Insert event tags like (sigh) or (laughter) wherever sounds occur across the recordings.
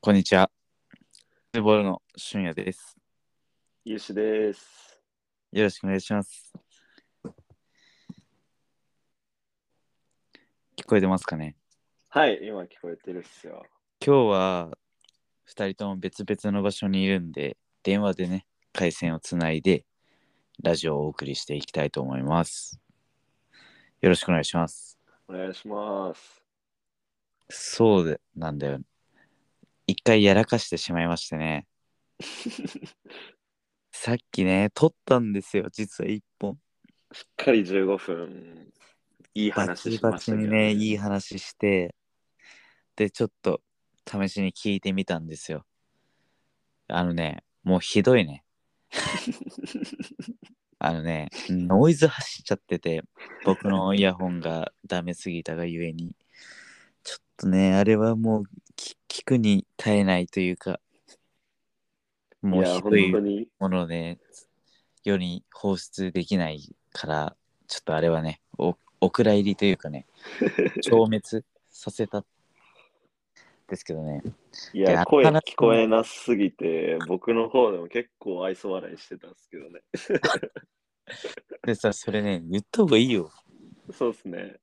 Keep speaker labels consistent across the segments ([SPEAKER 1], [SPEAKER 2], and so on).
[SPEAKER 1] こんにちは。ズボールの俊也です。
[SPEAKER 2] ゆうしです。
[SPEAKER 1] よろしくお願いします。聞こえてますかね
[SPEAKER 2] はい、今聞こえてるっすよ。
[SPEAKER 1] 今日は2人とも別々の場所にいるんで、電話でね、回線をつないで、ラジオをお送りしていきたいと思います。よろしくお願いします。
[SPEAKER 2] お願いします。
[SPEAKER 1] そうでなんだよ。一回やらかしてしまいまして (laughs) ね。さっきね、撮ったんですよ、実は1本。
[SPEAKER 2] しっかり15分、いい
[SPEAKER 1] バチ
[SPEAKER 2] 話し
[SPEAKER 1] バ
[SPEAKER 2] まし
[SPEAKER 1] チ
[SPEAKER 2] たけ
[SPEAKER 1] に
[SPEAKER 2] ど、
[SPEAKER 1] ね、いい話して、で、ちょっと試しに聞いてみたんですよ。あのね、もうひどい
[SPEAKER 2] (laughs)
[SPEAKER 1] ね。あのね、ノイズ走っちゃってて、僕のイヤホンがダメすぎたがゆえに。ちょっとね、あれはもう聞聞くに耐えないというか、もう
[SPEAKER 2] いや、
[SPEAKER 1] ひ
[SPEAKER 2] 本
[SPEAKER 1] どい
[SPEAKER 2] 当に、
[SPEAKER 1] ものをね、世に放出できないから、ちょっとあれはね、おお蔵入りというかね、消滅させたんですけどね、
[SPEAKER 2] い
[SPEAKER 1] いや
[SPEAKER 2] や、声
[SPEAKER 1] 話
[SPEAKER 2] 聞こえなすぎて、僕の方でも結構愛想笑いしてたんですけどね。
[SPEAKER 1] でさ、それね、言った方がいいよ。
[SPEAKER 2] そうっすね。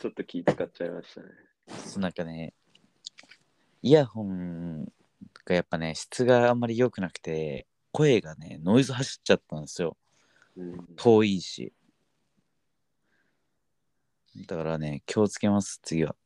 [SPEAKER 2] ちょっと気使っちゃいましたね。
[SPEAKER 1] そうなんかね、イヤホンがやっぱね、質があんまり良くなくて、声がね、ノイズ走っちゃったんですよ。
[SPEAKER 2] うん、 (laughs)
[SPEAKER 1] 遠いし。だからね、気をつけます、次は。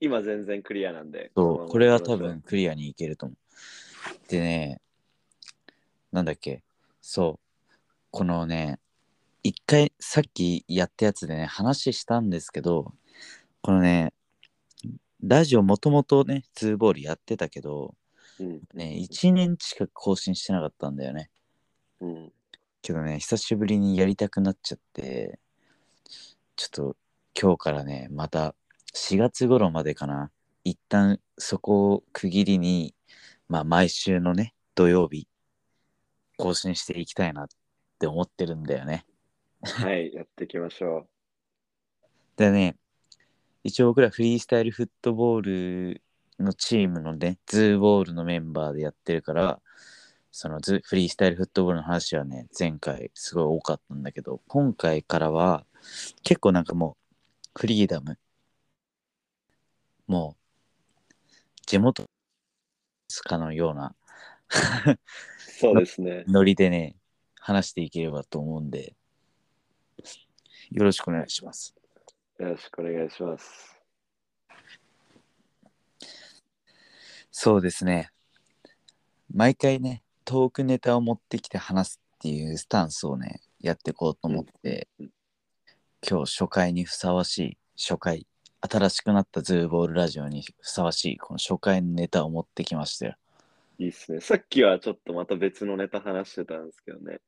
[SPEAKER 2] 今全然クリアなんで。
[SPEAKER 1] そう、これは多分。クリアにいけると思う。でね、なんだっけ、そう、このね、一回さっきやったやつでね、話したんですけど、このね、ラジオもともとね、ツーボールやってたけど、
[SPEAKER 2] うん、
[SPEAKER 1] ね、1年近く更新してなかったんだよね。
[SPEAKER 2] うん。
[SPEAKER 1] けどね、久しぶりにやりたくなっちゃって、ちょっと今日からね、また4月頃までかな、一旦そこを区切りに、まあ毎週のね、土曜日、更新していきたいなって思ってるんだよね。
[SPEAKER 2] はい、やっていきましょ
[SPEAKER 1] でね、一応僕らフリースタイルフットボールのチームのね、ズーボールのメンバーでやってるから、そのズフリースタイルフットボールの話はね、前回すごい多かったんだけど、今回からは結構なんかもうフリーダム、もう地元かのような (laughs)
[SPEAKER 2] う。そうですね。
[SPEAKER 1] ノリでね、話していければと思うんで、よろしくお願いします。
[SPEAKER 2] よろしくお願いします。
[SPEAKER 1] そうですね。毎回ね、トークネタを持ってきて話すっていうスタンスをね、やっていこうと思って、
[SPEAKER 2] うん
[SPEAKER 1] 今日初回にふさわしい、初回、新しくなったズーボールラジオにふさわしい、この初回のネタを持ってきましたよ。
[SPEAKER 2] いいっすね。さっきはちょっとまた別のネタ話してたんですけどね。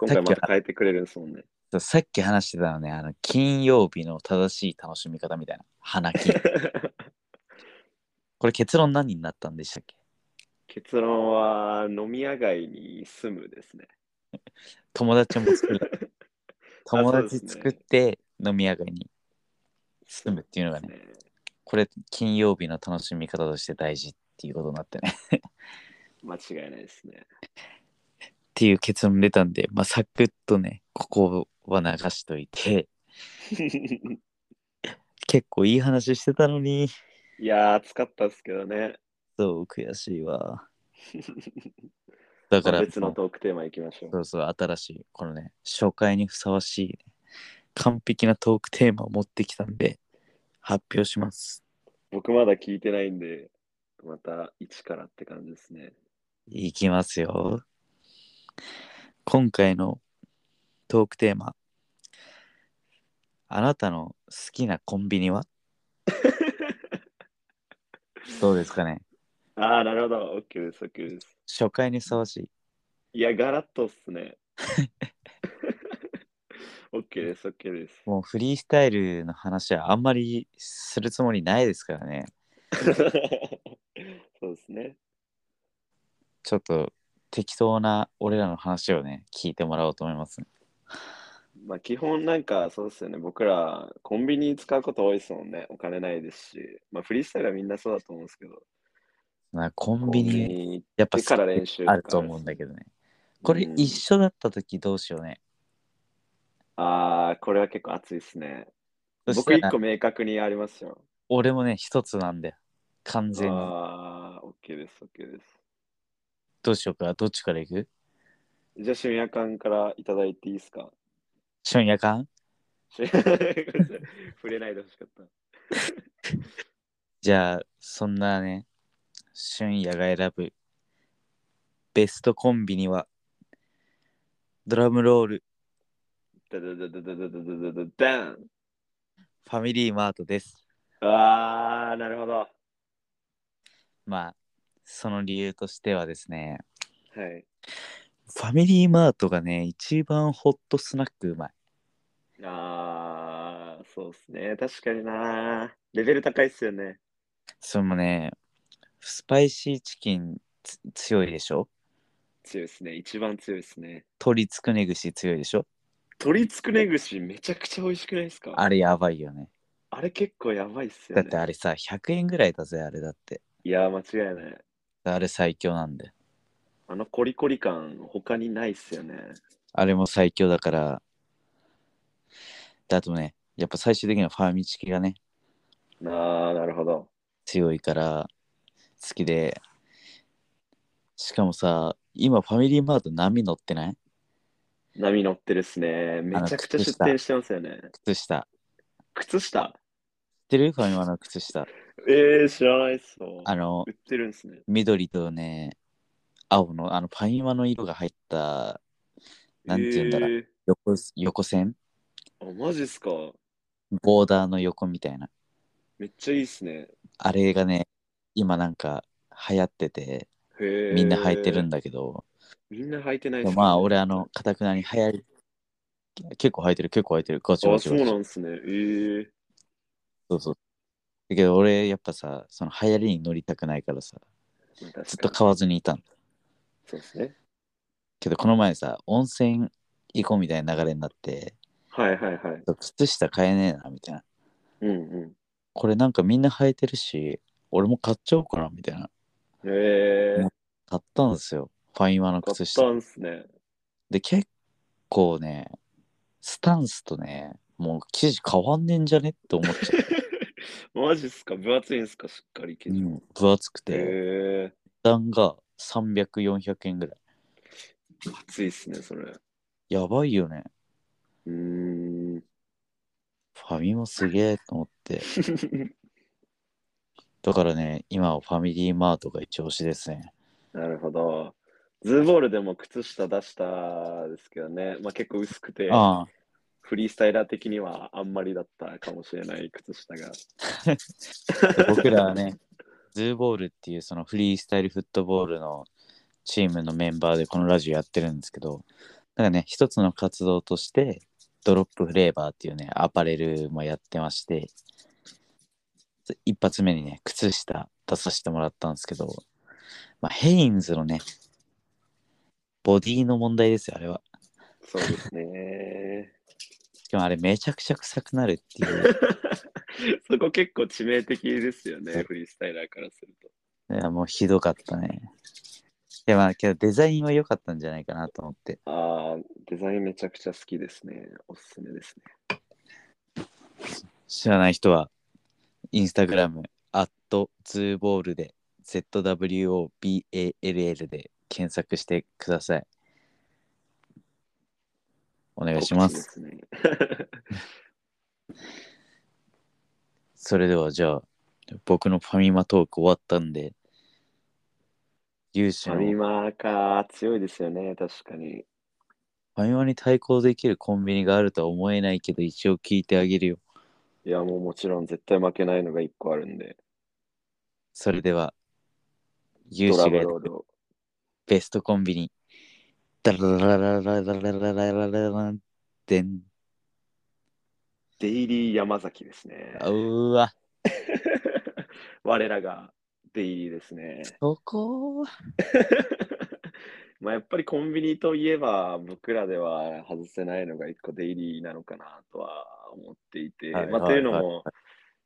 [SPEAKER 2] 今
[SPEAKER 1] さ
[SPEAKER 2] 回
[SPEAKER 1] っきは
[SPEAKER 2] また変えてくれるんですもんね。
[SPEAKER 1] さっき話してたのね、あの、金曜日の正しい楽しみ方みたいな、花金。
[SPEAKER 2] (laughs)
[SPEAKER 1] これ結論何になったんでしたっけ
[SPEAKER 2] 結論は飲み屋街に住むですね。
[SPEAKER 1] 友達も作る。友達作って飲み屋街に住むっていうのがね、
[SPEAKER 2] ね
[SPEAKER 1] これ金曜日の楽しみ方として大事っていうことになってね (laughs) っ
[SPEAKER 2] 間違いないですね。
[SPEAKER 1] ていう結論出たんで、まあ、サクッとねここは流しといて結構いい話してたのに
[SPEAKER 2] いやー、暑かったですけどね。
[SPEAKER 1] そう悔しい
[SPEAKER 2] (laughs)
[SPEAKER 1] わだから
[SPEAKER 2] 別の
[SPEAKER 1] そ
[SPEAKER 2] トークテーマいきましょう。
[SPEAKER 1] うそう新しいこのね紹介にふさわしい、ね、完璧なトークテーマを持ってきたんで発表します
[SPEAKER 2] 僕まだ聞いてないんで、また一からって感じですね。
[SPEAKER 1] いきますよ。今回のトークテーマ。あなたの好きなコンビ
[SPEAKER 2] (laughs)
[SPEAKER 1] ニはどうですかね
[SPEAKER 2] ああ、なるほど。OK です、OK です。
[SPEAKER 1] 初回にふさわしい。
[SPEAKER 2] いや、ガラッとっ
[SPEAKER 1] (laughs)
[SPEAKER 2] すね。OK です、OK です。
[SPEAKER 1] もうフリースタイルの話はあんまりするつもりないですからね。
[SPEAKER 2] (laughs) そうですね。
[SPEAKER 1] ちょっと適当な俺らの話をね、聞いてもらおうと思います、
[SPEAKER 2] まあ基本なんかそうですよね。僕らコンビニ使うこと多いですもんね。お金ないですし。まあフリースタイルはみんなそうだと思うんですけど。
[SPEAKER 1] まあ、コンビ
[SPEAKER 2] コンビ
[SPEAKER 1] ニ、
[SPEAKER 2] ニ行っ
[SPEAKER 1] やっぱ
[SPEAKER 2] てから練習
[SPEAKER 1] あると思うんだけどね。これ
[SPEAKER 2] うん
[SPEAKER 1] 一緒だった時どうしようね。
[SPEAKER 2] ど。ああ、これは結構熱いですね。
[SPEAKER 1] そし
[SPEAKER 2] 僕
[SPEAKER 1] た
[SPEAKER 2] 一
[SPEAKER 1] ら
[SPEAKER 2] 個明確にありますよ。
[SPEAKER 1] 俺もね、一つなんだよ。完全に。
[SPEAKER 2] ああ、OK です、OK です。
[SPEAKER 1] どうしようか、どっちから行く
[SPEAKER 2] じゃあ、シュンヤカンからいただいていいで
[SPEAKER 1] (laughs)
[SPEAKER 2] すか
[SPEAKER 1] 春夜間
[SPEAKER 2] ごめんなさい触れないでほしかった。
[SPEAKER 1] じゃあ、そんなね、春夜が選ぶベストコンビニは、ドラムロール、
[SPEAKER 2] ダダダダダダダダダダン
[SPEAKER 1] ファミリーマートです。
[SPEAKER 2] ああ、なるほど。は
[SPEAKER 1] まあ、その理由としてはですね、
[SPEAKER 2] い。
[SPEAKER 1] ファミリーマートがね、一番ホットスナックうまい。
[SPEAKER 2] ああ、そうですね。確か
[SPEAKER 1] (laughs)
[SPEAKER 2] にな。レベル高いっすよね。
[SPEAKER 1] それもね、スパイシーチキンつ強いでしょ
[SPEAKER 2] 強いっすね。一番強いっすね。
[SPEAKER 1] 鶏つくね串強いでしょ
[SPEAKER 2] 鶏つくね串めちゃくちゃ美味しくないですかあ
[SPEAKER 1] あれやばいよね。
[SPEAKER 2] れ結構やばいっす
[SPEAKER 1] だ
[SPEAKER 2] よ
[SPEAKER 1] って
[SPEAKER 2] ね。
[SPEAKER 1] あれさ、100円ぐらいだぜ、あれだって。
[SPEAKER 2] いやー、間違いない。
[SPEAKER 1] あれ最強なんで。
[SPEAKER 2] あのコリコリ感、他にないっすよね。
[SPEAKER 1] あれも最強だから。だとね、やっぱ最終的にはファミチキがね、
[SPEAKER 2] ああ、なるほど。
[SPEAKER 1] 強いから好きで。しかもさ、今ファミリーマート波乗ってない
[SPEAKER 2] 波乗ってるっすね。めちゃくちゃ出店してますよね。
[SPEAKER 1] 靴下。
[SPEAKER 2] 靴下
[SPEAKER 1] 知ってるファミマの靴下。
[SPEAKER 2] ええー、知らないっすよ。
[SPEAKER 1] あの
[SPEAKER 2] 売、ってるんですね。
[SPEAKER 1] 緑とね、青の、あの、ファミマの色が入った、なんて言うんだろう、
[SPEAKER 2] え
[SPEAKER 1] 横す横線
[SPEAKER 2] ーあ、マジっすか。
[SPEAKER 1] ボーダーの横みたいな。
[SPEAKER 2] めっちゃいいっすね。
[SPEAKER 1] あれがね、今なんか流行ってて、
[SPEAKER 2] へえ。
[SPEAKER 1] みんな履いてるんだけど、
[SPEAKER 2] みんな履いてないっ
[SPEAKER 1] でも
[SPEAKER 2] ね
[SPEAKER 1] まあ俺あの、かたくなに流行り、結構履いてる、結構履いてる、ガチ
[SPEAKER 2] あ、
[SPEAKER 1] ガチ
[SPEAKER 2] そう
[SPEAKER 1] ガチ。
[SPEAKER 2] なんすね。えー、
[SPEAKER 1] そうそう。だけど俺やっぱさ、その流行りに乗りたくないからさ、
[SPEAKER 2] まあ確かに
[SPEAKER 1] ずっと買わずにいたの。
[SPEAKER 2] そうですね。
[SPEAKER 1] けどこの前さ、温泉行こうみたいな流れになって、
[SPEAKER 2] はいはいはい。
[SPEAKER 1] 靴下買えねえな、みたいな。
[SPEAKER 2] うんう
[SPEAKER 1] これなんかみんな履いてるし、俺も買っちゃおうかな、みたいな。
[SPEAKER 2] ん。えー、
[SPEAKER 1] 買ったんですよ。ファインマの
[SPEAKER 2] 買
[SPEAKER 1] 靴
[SPEAKER 2] った
[SPEAKER 1] 下。
[SPEAKER 2] んすね。
[SPEAKER 1] で、結構ね、スタンスとね、もう生地変わんねえんじゃねって思っちゃっ
[SPEAKER 2] マジっすか分厚いんすかしっかり
[SPEAKER 1] て、
[SPEAKER 2] 生
[SPEAKER 1] う
[SPEAKER 2] 地。
[SPEAKER 1] ん、分厚くて、
[SPEAKER 2] え
[SPEAKER 1] 値段が300、400円ぐらい。
[SPEAKER 2] ー、熱いっすね、それ。
[SPEAKER 1] やばいよね。
[SPEAKER 2] うーん。 (laughs)
[SPEAKER 1] ファミマすげえと思って。だからね、今はファミリーマートが一押しですね。
[SPEAKER 2] なるほど。ズーボールでも靴下出したですけどね、まあ、結構薄くて、
[SPEAKER 1] ああ、
[SPEAKER 2] フリースタイラー的にはあんまりだったかもしれない靴下が。
[SPEAKER 1] 僕らはね、 (laughs) ズーボールっていうそのフリースタイルフットボールのチームのメンバーでこのラジオやってるんですけど、だからね、一つの活動として、ドロップフレーバーっていうね、アパレルもやってまして、一発目にね、靴下出させてもらったんですけど、まあ、ヘインズのね、ボディの問題ですよ、あれは。
[SPEAKER 2] そうですね。 (laughs)
[SPEAKER 1] しかもあれめちゃくちゃ臭くなるっていう。 (laughs)
[SPEAKER 2] そこ結構致命的ですよね、フリースタイラーからすると。
[SPEAKER 1] いや、もうひどかったね。いや、まあ、けどデザインは良かったんじゃないかなと思って。
[SPEAKER 2] ああ、デザインめちゃくちゃ好きですね。おすすめですね。
[SPEAKER 1] 知らない人は、インスタグラム、アットズーボールで、ZWOBALL で検索してください。お願いしま
[SPEAKER 2] 告知
[SPEAKER 1] す。
[SPEAKER 2] で
[SPEAKER 1] (laughs)
[SPEAKER 2] すね。
[SPEAKER 1] それではじゃあ、僕のファミマトーク終わったんで、ユーシ
[SPEAKER 2] フ
[SPEAKER 1] の
[SPEAKER 2] ァミマか、強いですよね、確かに。
[SPEAKER 1] ファミマに対抗できるコンビニがあるとは思えないけど、一応聞いてあげるよ。
[SPEAKER 2] いや、もうもちろん絶対負けないのが一個あるんで、
[SPEAKER 1] それでは、ユー
[SPEAKER 2] ド
[SPEAKER 1] シ
[SPEAKER 2] ラ
[SPEAKER 1] が
[SPEAKER 2] ム
[SPEAKER 1] やる
[SPEAKER 2] ロールを。
[SPEAKER 1] ベストコンビニ。ダラララララララララララランでん。
[SPEAKER 2] デイリー山崎ですね。
[SPEAKER 1] あうわ、
[SPEAKER 2] (laughs) 我らがデイリーですね。
[SPEAKER 1] そこ
[SPEAKER 2] (laughs) まあやっぱりコンビニといえば僕らでは外せないのが一個デイリーなのかなとは思っていて、
[SPEAKER 1] はい
[SPEAKER 2] まあ、
[SPEAKER 1] はい
[SPEAKER 2] というのも、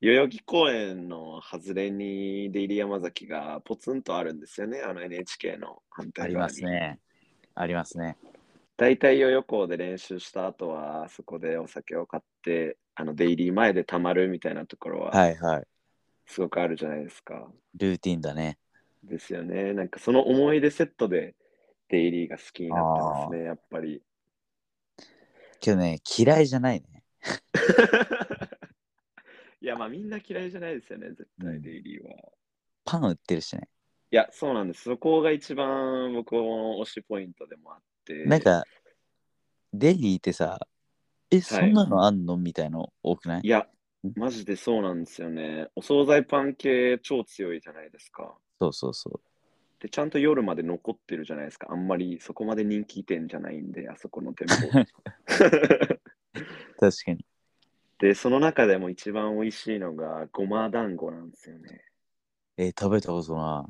[SPEAKER 2] 代々木公園の外れにで入山崎がポツンとあるんですよね、あの NHK の反
[SPEAKER 1] あ
[SPEAKER 2] 対
[SPEAKER 1] り
[SPEAKER 2] 側
[SPEAKER 1] ま
[SPEAKER 2] に
[SPEAKER 1] すね。ありますね。
[SPEAKER 2] 大体代々木港で練習した後は、そこでお酒を買って、あの出入り前でたまるみたいなところは、
[SPEAKER 1] はいはい。
[SPEAKER 2] すごくあるじゃないですか。
[SPEAKER 1] ルーティンだね。
[SPEAKER 2] ですよね。なんかその思い出セットで、デイリーが好きになってますね、やっぱり。
[SPEAKER 1] けどね、嫌いじゃないね。
[SPEAKER 2] いや、まあみんな嫌いじゃないですよね、絶対デイリーは。
[SPEAKER 1] パン売ってるしね。
[SPEAKER 2] いや、そうなんです。そこが一番僕の推しポイントでもあって。
[SPEAKER 1] なん、か、デイリーってさ、え、そんなのあんのみたいの多くない
[SPEAKER 2] いや、マジでそうなんですよね。お惣菜パン系超強いじゃないですか。
[SPEAKER 1] そうそうそう。
[SPEAKER 2] で、ちゃんと夜まで残ってるじゃないですか。あんまりそこまで人気店じゃないんで、あそこの店
[SPEAKER 1] (laughs)
[SPEAKER 2] 舗。
[SPEAKER 1] 確かに。
[SPEAKER 2] で、その中でも一番美味しいのが、ごま団子なんですよね。
[SPEAKER 1] えー食べたことな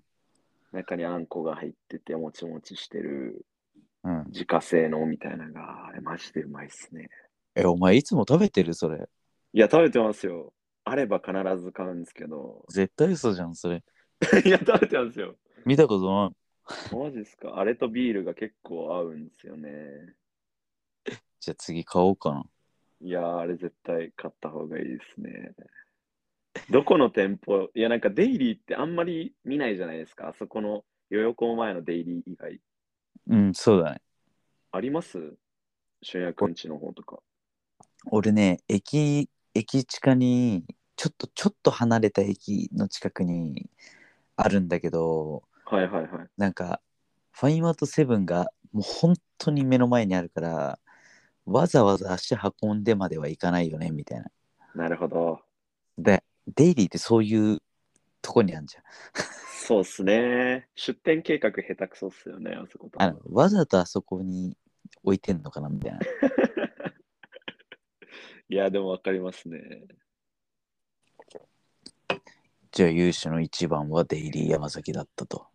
[SPEAKER 2] 中にあんこが入ってて、もちもちしてる
[SPEAKER 1] い。うん。
[SPEAKER 2] 自家製のみたいなのが、あれマジでうまいっすね。
[SPEAKER 1] え、お前いつも食べてるそれ。。
[SPEAKER 2] いや、食べてますよ。あれば必ず買うんですけど (laughs)
[SPEAKER 1] 絶対嘘じゃん、それ。
[SPEAKER 2] いや、食べてますよ。
[SPEAKER 1] 見たことない。
[SPEAKER 2] マジですか。あれとビールが結構合うんですよね。
[SPEAKER 1] じゃあ次買おうかな。
[SPEAKER 2] いやー、あれ絶対買った方がいいですね。どこの店舗いや、なんかデイリーってあんまり見ないじゃないですか。あそこの代々木前のデイリー以外。
[SPEAKER 1] うん、そうだね。
[SPEAKER 2] あります俊也くんちの方とか。
[SPEAKER 1] 俺ね、駅、駅近に、ちょっと、ちょっと離れた駅の近くにあるんだけど、
[SPEAKER 2] はいはいはい。
[SPEAKER 1] なんか、ファインワートセブンがもう本当に目の前にあるから、わざわざ足運んでまでは行かないよね、みたいな。
[SPEAKER 2] なるほど。
[SPEAKER 1] で、デイリーってそういうとこにあるじゃん。
[SPEAKER 2] そうっすね。出店計画下手くそっすよね、あそこと
[SPEAKER 1] あの、わざとあそこに置いてんのかな、みたいな。
[SPEAKER 2] いや、でもわかりますね。
[SPEAKER 1] じゃあ、勇者の一番はデイリー山崎だったと。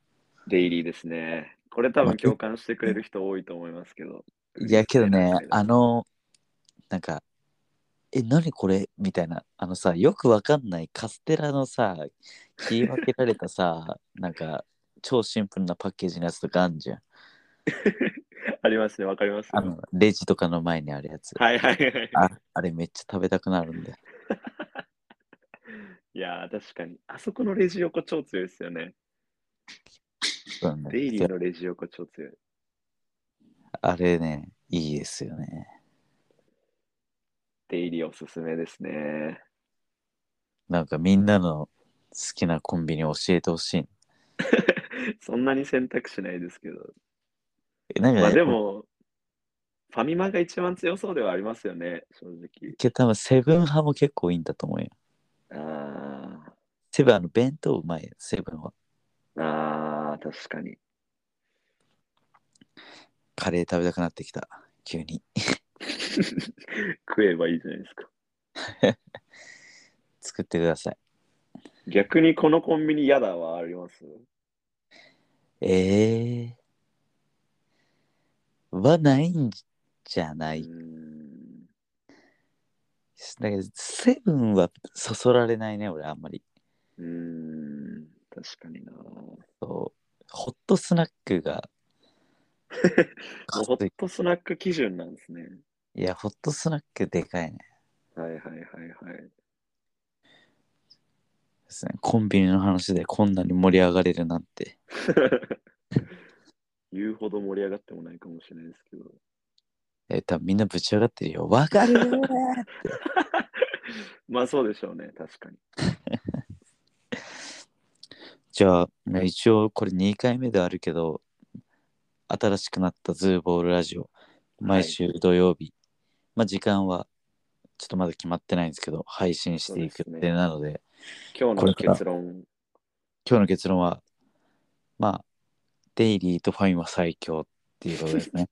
[SPEAKER 2] デイリーですね。これ多分共感してくれる人多いと思いますけど。
[SPEAKER 1] いや、けど
[SPEAKER 2] (laughs)
[SPEAKER 1] ね、あ
[SPEAKER 2] の。
[SPEAKER 1] の、なんか、え、何これみたいな、あのさ、よくわかんないカステラのさ、切り分けられたさ、 (laughs) なんか、超シンプルなパッケージのやつとかあんじゃん。
[SPEAKER 2] ありますね、わかりますよ。
[SPEAKER 1] あの、レジとかの前にあるやつ。
[SPEAKER 2] はいはいはい。
[SPEAKER 1] ああれめっちゃ食べたくなるんで。
[SPEAKER 2] いやー、確かに。あそこのレジ横超強いですよね。
[SPEAKER 1] そうね
[SPEAKER 2] デイリ
[SPEAKER 1] で
[SPEAKER 2] ーのレジ横超強い。
[SPEAKER 1] あれね、いいですよね。
[SPEAKER 2] デイリーおすすめですね。
[SPEAKER 1] なんかみんなの好きなコンビニ教えてほしい。
[SPEAKER 2] そんなに選択肢ないですけど。
[SPEAKER 1] えなんか、ね
[SPEAKER 2] まあでも、ファミマが一番強そうではありますよね、正直。
[SPEAKER 1] けど多分セブン派も結構いいんだと思うよ。
[SPEAKER 2] あー。
[SPEAKER 1] セブン、あの、弁当うまいよ、セブンは。
[SPEAKER 2] あー、確かに。
[SPEAKER 1] カレー食べたくなってきた、急に。
[SPEAKER 2] 食えばいいじゃないですか。
[SPEAKER 1] 作ってください。
[SPEAKER 2] 逆にこのコンビニ嫌だはあります
[SPEAKER 1] ええはないんじゃな
[SPEAKER 2] う
[SPEAKER 1] い
[SPEAKER 2] ー。ん
[SPEAKER 1] だけど、セブンはそそられないね、俺、あんまり。
[SPEAKER 2] うーん。確かにな。も
[SPEAKER 1] そうホットスナックが。
[SPEAKER 2] うホットスナック基準なんですね。
[SPEAKER 1] いや、ホットスナックでかいね。
[SPEAKER 2] はいはいはいはい。
[SPEAKER 1] ですね。コンビニの話でこんなに盛り上がれるなんて。
[SPEAKER 2] (laughs) 言うほど盛り上がってもないかもしれないですけど。
[SPEAKER 1] え、多分みんなぶち上がってるよ。わかるよー
[SPEAKER 2] まあそうでしょうね、確かに。
[SPEAKER 1] じゃあ、まあ一応これ2回目であるけど、新しくなったズーボールラジオ、毎週土曜日、まあ時間はちょっとまだ決まってないんですけど、配信していく
[SPEAKER 2] そう
[SPEAKER 1] 予
[SPEAKER 2] です
[SPEAKER 1] 定
[SPEAKER 2] ね
[SPEAKER 1] なので、
[SPEAKER 2] 今
[SPEAKER 1] これ
[SPEAKER 2] 日の
[SPEAKER 1] から
[SPEAKER 2] 結論。
[SPEAKER 1] 今日の結論は、まあ、デイリーとファインは最強っていうことです
[SPEAKER 2] (laughs)
[SPEAKER 1] ね。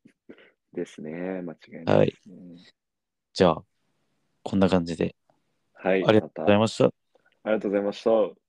[SPEAKER 2] ですね、間違いないですね。
[SPEAKER 1] じゃあ、こんな感じで、
[SPEAKER 2] はい、
[SPEAKER 1] ありが
[SPEAKER 2] ま
[SPEAKER 1] と
[SPEAKER 2] た
[SPEAKER 1] うござい
[SPEAKER 2] あ
[SPEAKER 1] ました。
[SPEAKER 2] りがとうございました。